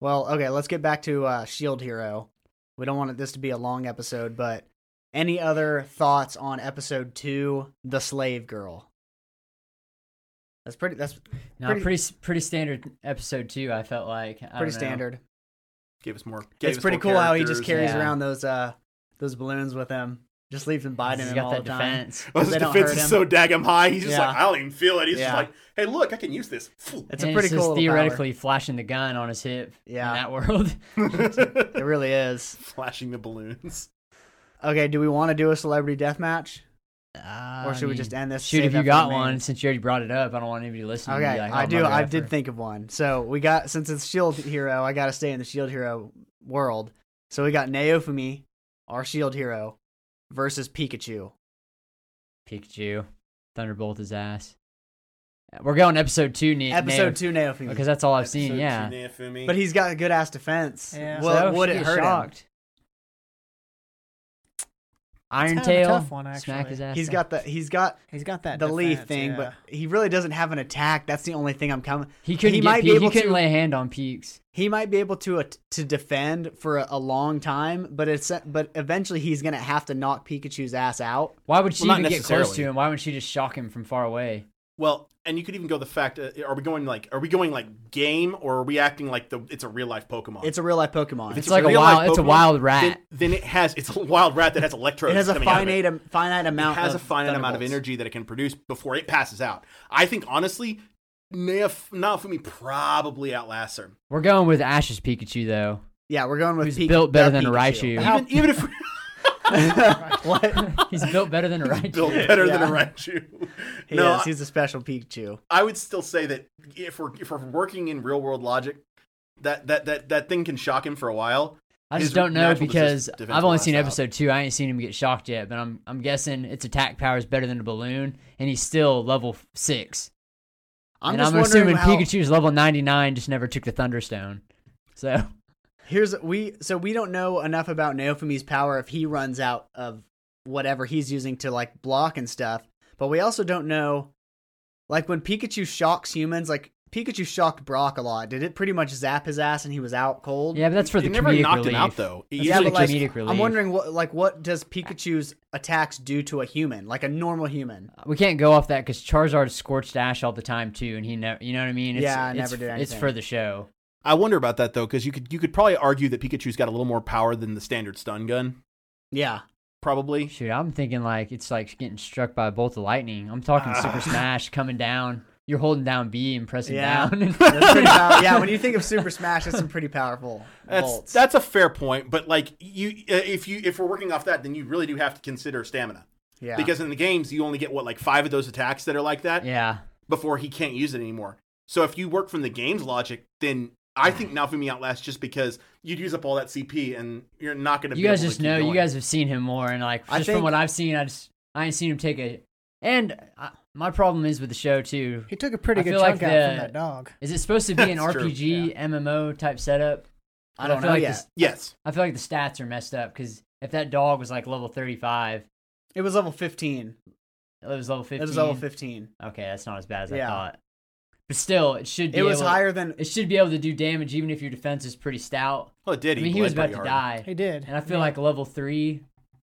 Speaker 1: Well, okay, let's get back to uh, Shield Hero. We don't want this to be a long episode, but any other thoughts on episode two, the slave girl? That's pretty. That's
Speaker 2: no,
Speaker 1: pretty-
Speaker 2: pretty, pretty standard episode two. I felt like I
Speaker 1: pretty
Speaker 2: don't know.
Speaker 1: standard.
Speaker 4: Gave us more. gave
Speaker 1: It's
Speaker 4: us
Speaker 1: pretty
Speaker 4: more
Speaker 1: cool how he just
Speaker 4: characters.
Speaker 1: carries
Speaker 2: Yeah.
Speaker 1: around those uh those balloons with him. Just leaves them biting
Speaker 2: He's
Speaker 1: him
Speaker 2: got
Speaker 1: all
Speaker 2: that
Speaker 1: the time.
Speaker 2: defense.
Speaker 4: Well,
Speaker 1: They
Speaker 4: his
Speaker 1: don't
Speaker 4: defense
Speaker 1: hurt
Speaker 4: is
Speaker 1: him.
Speaker 4: so daggum high. He's just
Speaker 1: Yeah.
Speaker 4: like, I don't even feel it. He's
Speaker 1: Yeah.
Speaker 4: just like, hey, look, I can use this.
Speaker 1: It's a pretty
Speaker 2: And just
Speaker 1: cool little
Speaker 2: theoretically flashing the gun on his hip.
Speaker 1: Yeah.
Speaker 2: in that world.
Speaker 1: power. It really is.
Speaker 4: Flashing the balloons.
Speaker 1: Okay, do we want to do a celebrity death match,
Speaker 2: I
Speaker 1: or should we
Speaker 2: mean,
Speaker 1: just end this?
Speaker 2: shoot
Speaker 1: save
Speaker 2: if
Speaker 1: that
Speaker 2: Ah, you
Speaker 1: for the
Speaker 2: got
Speaker 1: main?
Speaker 2: one? Since you already brought it up, I don't want anybody listening. to
Speaker 1: Okay,
Speaker 2: be like, oh,
Speaker 1: I
Speaker 2: my
Speaker 1: do.
Speaker 2: God,
Speaker 1: I
Speaker 2: for-
Speaker 1: did think of one. So we got since it's Shield Hero, I gotta stay in the Shield Hero world. So we got Naofumi, our Shield E Hero, versus Pikachu.
Speaker 2: Pikachu, Thunderbolt his ass. We're going episode two. Ne-
Speaker 1: Episode two, Naofumi.
Speaker 2: because that's all I've seen.
Speaker 4: Episode
Speaker 2: Yeah,
Speaker 4: two, Naofumi.
Speaker 1: but he's got a good ass defense.
Speaker 3: Yeah.
Speaker 1: Well,
Speaker 2: So,
Speaker 1: would
Speaker 2: she
Speaker 1: it
Speaker 2: get
Speaker 1: hurt him?
Speaker 2: shocked. Iron
Speaker 3: It's kind of a
Speaker 2: Tail,
Speaker 3: tough one,
Speaker 2: smack
Speaker 3: actually.
Speaker 2: his ass.
Speaker 1: He's
Speaker 2: up.
Speaker 1: got the he's got
Speaker 3: He's got that
Speaker 1: the leaf
Speaker 3: defense,
Speaker 1: thing,
Speaker 3: yeah.
Speaker 1: but he really doesn't have an attack. That's the only thing I'm coming.
Speaker 2: He couldn't.
Speaker 1: he
Speaker 2: get
Speaker 1: might be
Speaker 2: Peak-
Speaker 1: able
Speaker 2: he couldn't
Speaker 1: to-
Speaker 2: lay a hand on Peaks.
Speaker 1: He might be able to uh, to defend for a, a long time, but it's but eventually he's gonna have to knock Pikachu's ass out.
Speaker 2: Why would she
Speaker 4: Well, not
Speaker 2: even get close to
Speaker 4: necessarily.
Speaker 2: him? Why wouldn't she just shock him from far away?
Speaker 4: well, and you could even go the fact: uh, are we going like, are we going like game, or are we acting like the? It's a real life Pokemon.
Speaker 1: It's a real life Pokemon.
Speaker 4: If
Speaker 2: It's like a
Speaker 4: real-life
Speaker 2: wild- it's a
Speaker 4: Pokemon,
Speaker 2: wild rat.
Speaker 4: Then, then it has. It's a wild rat that has electrodes.
Speaker 1: it has a
Speaker 4: coming out of it.
Speaker 1: finite am finite amount.
Speaker 4: It has a
Speaker 1: of
Speaker 4: finite amount of
Speaker 1: Thunderbolts.
Speaker 4: energy that it can produce before it passes out. I think honestly, Naof- Naofumi probably outlasts her.
Speaker 2: We're going with Ash's Pikachu though.
Speaker 1: Yeah, we're going with
Speaker 2: Who's
Speaker 1: Pika-
Speaker 2: built better
Speaker 1: the
Speaker 2: than a
Speaker 1: Pikachu.
Speaker 2: Raichu?
Speaker 4: Even, even if we
Speaker 1: what?
Speaker 2: He's built better than a Raichu.
Speaker 4: built better than a
Speaker 1: Yeah.
Speaker 4: Raichu,
Speaker 1: He
Speaker 4: no,
Speaker 1: is. He's a special Pikachu.
Speaker 4: I would still say that if we're if we're working in real world logic, that that that that thing can shock him for a while.
Speaker 2: I
Speaker 4: His
Speaker 2: just don't know
Speaker 4: natural
Speaker 2: because
Speaker 4: defense
Speaker 2: I've only
Speaker 4: lasts
Speaker 2: seen
Speaker 4: out.
Speaker 2: episode two. I ain't seen him get shocked yet, but I'm I'm guessing its attack power is better than a balloon, and he's still level f- six.
Speaker 1: I'm
Speaker 2: and
Speaker 1: just
Speaker 2: I'm
Speaker 1: wondering
Speaker 2: assuming
Speaker 1: how,
Speaker 2: Pikachu's level 99 just never took the Thunderstone. So
Speaker 1: Here's we so we don't know enough about Naofumi's power if he runs out of whatever he's using to like block and stuff. But we also don't know, like when Pikachu shocks humans, like Pikachu shocked Brock a lot. Did it pretty much zap his ass and he was out cold?
Speaker 2: yeah, but that's for the
Speaker 4: it never
Speaker 2: comedic
Speaker 4: knocked
Speaker 2: relief.
Speaker 4: him out though. It
Speaker 2: That's
Speaker 1: Yeah,
Speaker 4: usually
Speaker 1: but like
Speaker 4: just-
Speaker 2: comedic
Speaker 1: I'm
Speaker 2: relief.
Speaker 1: wondering what like what does Pikachu's attacks do to a human, like a normal human?
Speaker 2: We can't go off that because Charizard scorched Ash all the time too, and he never. You know what I mean? It's,
Speaker 1: Yeah, I
Speaker 2: it's-
Speaker 1: never did
Speaker 2: It's
Speaker 1: anything.
Speaker 2: for the show.
Speaker 4: I wonder about that though, because you could you could probably argue that Pikachu's got a little more power than the standard stun gun,
Speaker 1: Yeah,
Speaker 4: probably.
Speaker 2: Shoot, I'm thinking like it's like getting struck by a bolt of lightning. I'm talking
Speaker 4: Ah.
Speaker 2: Super Smash coming down. You're holding down B and pressing
Speaker 1: Yeah.
Speaker 2: down.
Speaker 1: that's pretty pow- yeah. When you think of Super Smash, that's some pretty powerful
Speaker 4: That's
Speaker 1: bolts.
Speaker 4: that's a fair point, but like you, uh, if you if we're working off that, then you really do have to consider stamina
Speaker 1: yeah.
Speaker 4: because in the games you only get what like five of those attacks that are like that
Speaker 2: yeah,
Speaker 4: before he can't use it anymore. So if you work from the game's logic, then I think
Speaker 2: Ah.
Speaker 4: Naofumi outlasts just because you'd use up all that CP and you're not going to.
Speaker 2: you
Speaker 4: be
Speaker 2: guys
Speaker 4: able to
Speaker 2: just
Speaker 4: keep
Speaker 2: know. You
Speaker 4: going.
Speaker 2: guys have seen him more, and like
Speaker 1: I
Speaker 2: just
Speaker 1: think-
Speaker 2: from what I've seen, I just I ain't seen him take a. And I, my problem is with the show too.
Speaker 3: he took a pretty
Speaker 2: I
Speaker 3: good
Speaker 2: feel
Speaker 3: chunk
Speaker 2: like
Speaker 3: out from
Speaker 2: the-
Speaker 3: that dog.
Speaker 2: Is it supposed to be an
Speaker 4: That's true,
Speaker 2: RPG MMO type setup?
Speaker 1: I don't
Speaker 2: feel
Speaker 1: know
Speaker 2: like
Speaker 1: yet.
Speaker 2: this-
Speaker 4: Yes,
Speaker 2: I feel like the stats are messed up because if that dog was like level 35,
Speaker 1: It was level 15.
Speaker 2: it was level 15.
Speaker 1: It was level 15.
Speaker 2: Okay, that's not as bad as I
Speaker 1: Yeah.
Speaker 2: thought. But still, it should be.
Speaker 1: It was
Speaker 2: able-
Speaker 1: higher than
Speaker 2: It should be able to do damage even if your defense is pretty stout.
Speaker 4: Well, it did.
Speaker 2: I mean, he
Speaker 4: bled
Speaker 2: was about
Speaker 4: pretty
Speaker 2: to
Speaker 4: hard.
Speaker 2: die,
Speaker 3: He did.
Speaker 2: and I feel like level three,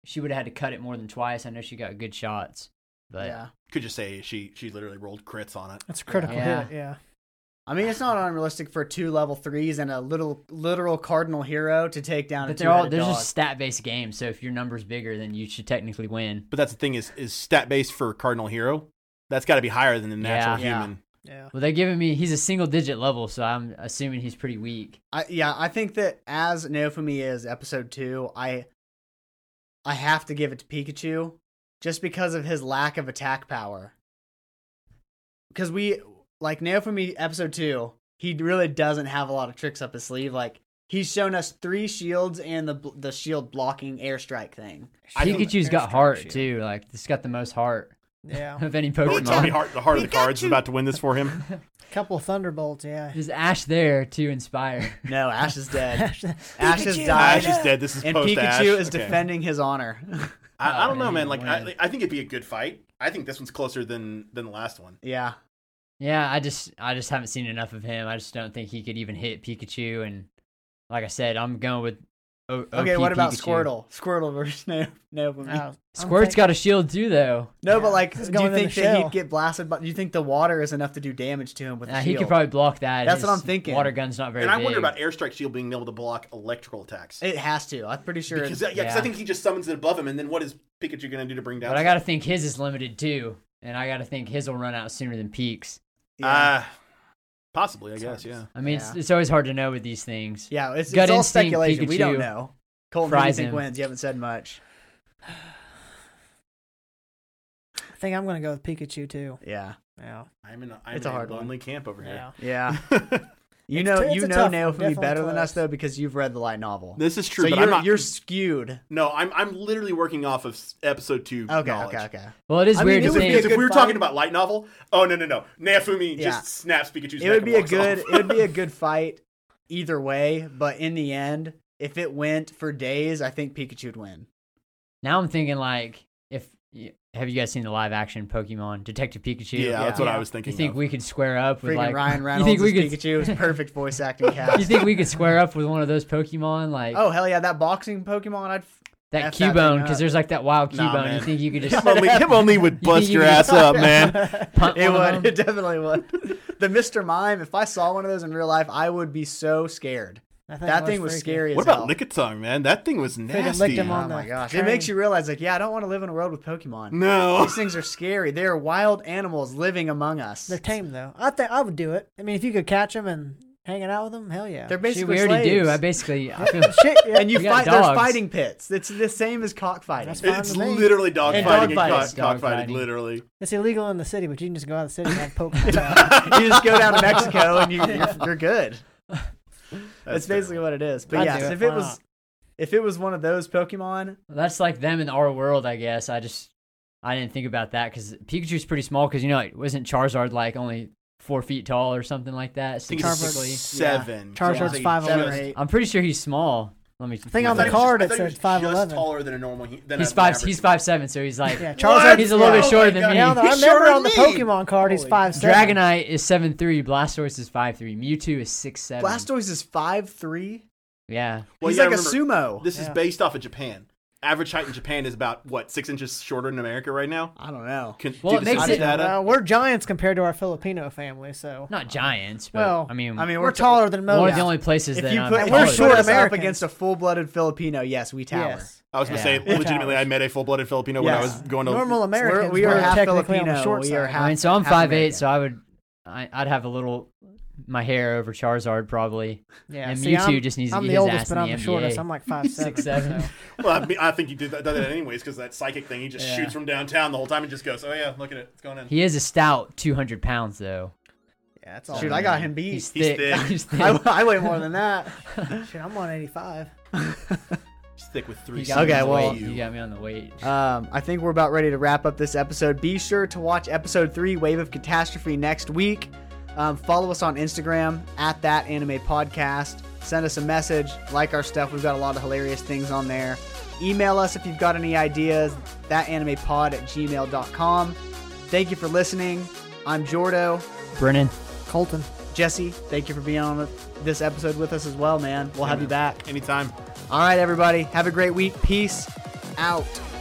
Speaker 2: she would have had to cut it more than twice. I know she got good shots, but
Speaker 1: yeah.
Speaker 4: Could just say she she literally rolled crits on it.
Speaker 3: that's a critical
Speaker 2: Yeah.
Speaker 3: hit. Yeah.
Speaker 1: I mean, it's not unrealistic for two level threes and a little literal cardinal hero to take down. a
Speaker 2: but they're all
Speaker 1: two-headed
Speaker 2: they're
Speaker 1: dog.
Speaker 2: just stat based games. So if your number's bigger, then you should technically win.
Speaker 4: But that's the thing is is stat base for cardinal hero. That's got to be higher than the natural
Speaker 1: Yeah.
Speaker 4: human.
Speaker 3: Yeah.
Speaker 2: Well, they're giving me he's a single digit level, so I'm assuming he's pretty weak.
Speaker 1: I, yeah, I think that as Naofumi is episode two, I I have to give it to Pikachu just because of his lack of attack power. Because we like Naofumi episode two, he really doesn't have a lot of tricks up his sleeve. Like he's shown us three shields and the bl- the shield blocking airstrike thing.
Speaker 4: I think
Speaker 2: Pikachu's
Speaker 3: Airstrike
Speaker 2: got heart
Speaker 3: shield.
Speaker 2: too. Like this got the most heart
Speaker 3: Yeah.
Speaker 2: of any
Speaker 4: Oh, it's already
Speaker 2: Pokemon.
Speaker 4: hard, the heart of the cards is about to win this for him.
Speaker 3: couple thunderbolts. Yeah.
Speaker 2: There's Ash there to inspire.
Speaker 1: No, Ash is dead. Ash
Speaker 3: Ash
Speaker 1: has
Speaker 4: Ash
Speaker 1: died.
Speaker 4: is dead. This is
Speaker 1: And
Speaker 4: post
Speaker 1: Pikachu
Speaker 4: Ash.
Speaker 1: is
Speaker 4: Okay.
Speaker 1: defending his honor.
Speaker 4: I, I don't know,
Speaker 2: Oh,
Speaker 4: man. Like I,
Speaker 2: man.
Speaker 4: I think it'd be a good fight. I think this one's closer than than the last one.
Speaker 1: yeah.
Speaker 2: Yeah, I just I just haven't seen enough of him. I just don't think he could even hit Pikachu. And like I said, I'm going with. O-
Speaker 4: Oh,
Speaker 1: Okay,
Speaker 2: OP
Speaker 1: what about
Speaker 2: Pikachu.
Speaker 1: Squirtle? Squirtle versus Nao-
Speaker 3: Oh,
Speaker 1: Naofumi.
Speaker 2: Squirt's got a shield too, though.
Speaker 1: No,
Speaker 3: Yeah.
Speaker 1: but like,
Speaker 3: This is
Speaker 1: do you
Speaker 3: going in
Speaker 1: think
Speaker 3: the
Speaker 1: that
Speaker 3: shell.
Speaker 1: he'd get blasted? But do you think the water is enough to do damage to him with a
Speaker 2: Uh,
Speaker 1: shield?
Speaker 2: he could probably block that.
Speaker 1: That's what
Speaker 2: His
Speaker 1: I'm thinking.
Speaker 2: Water gun's not very.
Speaker 4: and I wonder
Speaker 2: big.
Speaker 4: about airstrike shield being able to block electrical attacks.
Speaker 1: It has to. I'm pretty sure.
Speaker 4: because yeah, because I
Speaker 2: yeah.
Speaker 4: think he just summons it above him, and then what is Pikachu going to do to bring down?
Speaker 2: But I gotta think his is limited too, and I gotta think his will run out sooner than Peaks.
Speaker 1: yeah.
Speaker 4: Uh, possibly, I
Speaker 1: It's
Speaker 4: guess.
Speaker 1: hard to
Speaker 4: Yeah.
Speaker 2: I mean, it's,
Speaker 1: Yeah.
Speaker 2: it's always hard to know with these things.
Speaker 1: yeah, it's,
Speaker 2: Gut
Speaker 1: it's all
Speaker 2: instinct,
Speaker 1: speculation. We don't
Speaker 2: Pikachu
Speaker 1: know. Colton, who do you
Speaker 2: fries
Speaker 1: think
Speaker 2: him.
Speaker 1: wins? You haven't said much.
Speaker 3: I think I'm gonna go with Pikachu too.
Speaker 1: Yeah,
Speaker 3: Yeah.
Speaker 4: I'm in. A, I'm
Speaker 1: It's
Speaker 4: in
Speaker 1: a hard one.
Speaker 4: lonely camp over
Speaker 3: Yeah.
Speaker 4: here.
Speaker 1: yeah. You
Speaker 3: It's
Speaker 1: know,
Speaker 3: t- it's
Speaker 1: you
Speaker 3: a
Speaker 1: know
Speaker 3: tough-
Speaker 1: Naofumi
Speaker 3: definitely
Speaker 1: better than
Speaker 3: close.
Speaker 1: us though because you've read the light novel.
Speaker 4: This is true,
Speaker 1: so
Speaker 4: but
Speaker 1: you're
Speaker 4: I'm not.
Speaker 1: you're skewed.
Speaker 4: No, I'm. I'm literally working off of s- episode two.
Speaker 1: Okay,
Speaker 4: knowledge.
Speaker 1: okay, okay.
Speaker 2: Well, it is
Speaker 1: I mean,
Speaker 2: weird
Speaker 1: it
Speaker 2: to
Speaker 4: Because
Speaker 1: would
Speaker 4: if,
Speaker 1: be a
Speaker 4: because
Speaker 2: think.
Speaker 4: if we
Speaker 1: good
Speaker 4: were
Speaker 1: fight.
Speaker 4: talking about light novel, oh no no no, Nafumi
Speaker 1: Yeah.
Speaker 4: just snaps Pikachu's
Speaker 1: It
Speaker 4: neck
Speaker 1: would
Speaker 4: and
Speaker 1: be a
Speaker 4: walks
Speaker 1: good.
Speaker 4: off.
Speaker 1: It would be a good fight either way. But in the end, if it went for days, I think Pikachu'd win.
Speaker 2: Now I'm thinking like, if y- have you guys seen the live action Pokemon Detective Pikachu?
Speaker 4: Yeah, that's what
Speaker 1: Yeah.
Speaker 4: I was thinking.
Speaker 2: You think
Speaker 4: of.
Speaker 2: we could square up with
Speaker 1: Freaking
Speaker 2: like
Speaker 1: Ryan
Speaker 2: You think
Speaker 1: Reynolds
Speaker 2: we
Speaker 1: as
Speaker 2: could?
Speaker 1: Pikachu is perfect voice acting cast.
Speaker 2: You think we could square up with one of those Pokemon like
Speaker 1: Oh hell yeah, that boxing Pokemon! I'd f-
Speaker 2: that
Speaker 1: F that thing
Speaker 2: Cubone?
Speaker 1: up.
Speaker 2: Because there's like that wild Cubone.
Speaker 4: Nah,
Speaker 2: you
Speaker 4: man.
Speaker 2: think you could just
Speaker 4: him only, him only would bust
Speaker 2: you
Speaker 4: your
Speaker 2: could-
Speaker 4: ass up, man.
Speaker 2: punt
Speaker 1: it
Speaker 2: one
Speaker 1: would.
Speaker 2: of them?
Speaker 1: It definitely would. the Mr. Mime. If I saw one of those in real life, I would be so scared.
Speaker 3: I think it
Speaker 1: That thing was
Speaker 3: freaking-
Speaker 1: scary. As
Speaker 4: What about
Speaker 1: hell.
Speaker 4: Lickitung, man? That thing was
Speaker 3: licked
Speaker 4: nasty.
Speaker 3: him
Speaker 1: Oh
Speaker 3: on
Speaker 1: my
Speaker 3: the
Speaker 1: gosh! It
Speaker 3: train?
Speaker 1: makes you realize, like, yeah, I don't want to live in a world with Pokemon.
Speaker 4: No.
Speaker 1: These things are scary. They are wild animals living among us.
Speaker 3: They're tame though. I think I would do it. I mean, if you could catch them and hanging out with them, hell yeah.
Speaker 1: They're
Speaker 2: Shit,
Speaker 1: basically
Speaker 2: we already
Speaker 1: slaves.
Speaker 2: do. I basically. I feel,
Speaker 3: Shit, yeah.
Speaker 1: and you
Speaker 2: We got
Speaker 1: fight. There's
Speaker 2: dogs.
Speaker 1: fighting pits. It's the same as cockfighting.
Speaker 3: That's fine
Speaker 4: It's
Speaker 3: with me.
Speaker 4: literally dog
Speaker 1: And
Speaker 4: fighting and
Speaker 1: dogfighting.
Speaker 4: cock-
Speaker 2: It's dog
Speaker 4: cockfighting,
Speaker 2: fighting.
Speaker 4: literally.
Speaker 3: It's illegal in the city, but you can just go out of the city and have Pokemon. out.
Speaker 1: you just go down to Mexico and you, you're, you're good. That's,
Speaker 4: That's
Speaker 1: basically what it is. But
Speaker 3: I'd
Speaker 1: yes,
Speaker 3: do it. Uh,
Speaker 1: if it
Speaker 3: Why
Speaker 1: was
Speaker 3: not?
Speaker 1: if it was one of those Pokemon,
Speaker 2: that's like them in our world, I guess. I just I didn't think about that because Pikachu's pretty small. Because you know, like, wasn't Charizard like only four feet tall or something like that?
Speaker 4: I think it's
Speaker 2: Statistically,
Speaker 4: seven.
Speaker 3: Charizard's
Speaker 4: Yeah.
Speaker 3: five
Speaker 1: seven
Speaker 3: eleven.
Speaker 1: or eight.
Speaker 2: I'm pretty sure he's small. Let me
Speaker 3: think
Speaker 4: I
Speaker 3: on the
Speaker 4: thought he was
Speaker 3: car- card
Speaker 4: just- I
Speaker 3: it
Speaker 4: thought he
Speaker 3: said
Speaker 4: was just
Speaker 3: 5'11".
Speaker 4: taller than a normal. hu- Than
Speaker 2: he's
Speaker 4: an
Speaker 2: five.
Speaker 4: average.
Speaker 2: He's five seven, so he's like
Speaker 3: Yeah,
Speaker 4: What?
Speaker 3: Charizard.
Speaker 2: He's a little bit
Speaker 4: Oh
Speaker 2: shorter
Speaker 4: my
Speaker 2: than
Speaker 4: God.
Speaker 2: me.
Speaker 3: Now that I
Speaker 4: He's shorter
Speaker 3: remember on the
Speaker 4: than me.
Speaker 3: Pokemon card, he's
Speaker 1: Holy-
Speaker 3: five seven.
Speaker 2: Dragonite is seven three, Blastoise is five three, Mewtwo is six seven.
Speaker 1: Blastoise is five three.
Speaker 2: yeah,
Speaker 4: Well,
Speaker 1: He's
Speaker 4: you
Speaker 1: like a
Speaker 4: gotta remember,
Speaker 1: sumo.
Speaker 4: This is
Speaker 3: Yeah.
Speaker 4: based off of Japan. Average height in Japan is about what six inches shorter than America right now.
Speaker 1: I don't know.
Speaker 4: Can,
Speaker 2: Well,
Speaker 4: do
Speaker 2: it
Speaker 4: the
Speaker 2: makes
Speaker 4: science
Speaker 2: it-
Speaker 4: data.
Speaker 3: Uh, we're giants compared to our Filipino family, so
Speaker 2: not giants, but
Speaker 3: Well,
Speaker 2: I mean,
Speaker 1: I mean,
Speaker 3: we're,
Speaker 1: we're t-
Speaker 3: taller than most.
Speaker 2: one of the only places
Speaker 1: If
Speaker 2: that
Speaker 1: you
Speaker 2: I'm
Speaker 1: put
Speaker 2: taller
Speaker 1: if
Speaker 3: we're
Speaker 1: you
Speaker 2: than-
Speaker 1: short
Speaker 3: short
Speaker 1: us up
Speaker 3: Americans.
Speaker 1: against a full blooded Filipino, yes, we tower.
Speaker 3: Yes.
Speaker 4: I was gonna
Speaker 2: Yeah.
Speaker 4: say
Speaker 1: We're
Speaker 4: legitimately, I
Speaker 3: towers.
Speaker 4: met a full blooded Filipino when
Speaker 1: Yeah.
Speaker 4: I was going to
Speaker 3: normal Americans.
Speaker 1: We're, we are
Speaker 3: were
Speaker 1: half
Speaker 3: technically on the
Speaker 1: Filipino.
Speaker 3: short
Speaker 1: we are
Speaker 3: side.
Speaker 1: half.
Speaker 2: I mean, so I'm
Speaker 1: half
Speaker 2: five
Speaker 1: American.
Speaker 2: eight, so I would, I, I'd have a little my hair over Charizard probably.
Speaker 3: Yeah,
Speaker 2: And
Speaker 3: see,
Speaker 2: Mewtwo
Speaker 3: I'm,
Speaker 2: just needs to
Speaker 3: I'm
Speaker 2: get
Speaker 3: the
Speaker 2: his
Speaker 3: oldest,
Speaker 2: ass
Speaker 3: but
Speaker 2: in
Speaker 3: I'm
Speaker 2: the
Speaker 3: the shortest.
Speaker 2: NBA.
Speaker 3: I'm like five seven.
Speaker 2: Six, seven.
Speaker 3: so-
Speaker 4: Well, I, mean, I think you did that, done that anyways because that psychic thing he just
Speaker 2: Yeah.
Speaker 4: shoots from downtown the whole time and just goes, "Oh yeah, look at it, it's going in."
Speaker 2: He is a stout, two hundred pounds though.
Speaker 3: Yeah, that's all.
Speaker 1: Shoot,
Speaker 3: I
Speaker 1: I got him
Speaker 2: He's
Speaker 1: beat.
Speaker 4: He's
Speaker 2: thick.
Speaker 4: thick.
Speaker 2: He's thick.
Speaker 1: I, I weigh more than that.
Speaker 3: got. Shit, I'm on 85.
Speaker 4: He's thick with three.
Speaker 2: You got me
Speaker 1: Okay,
Speaker 2: on the
Speaker 1: well-
Speaker 2: weight. you got me on the weight.
Speaker 1: Um, I think we're about ready to wrap up this episode. Be sure to watch episode three, Wave of Catastrophe, next week. Um, follow us on Instagram at that anime podcast. Send us a message, like our stuff. We've got a lot of hilarious things on there. Email us if you've got any ideas, thatanimepod at gmail.com. Thank you for listening. I'm Jordo.
Speaker 2: Brennan.
Speaker 3: Colton.
Speaker 1: Jesse, thank you for being on this episode with us as well, man. We'll have you back.
Speaker 4: Anytime.
Speaker 1: All right, everybody. Have a great week. Peace out.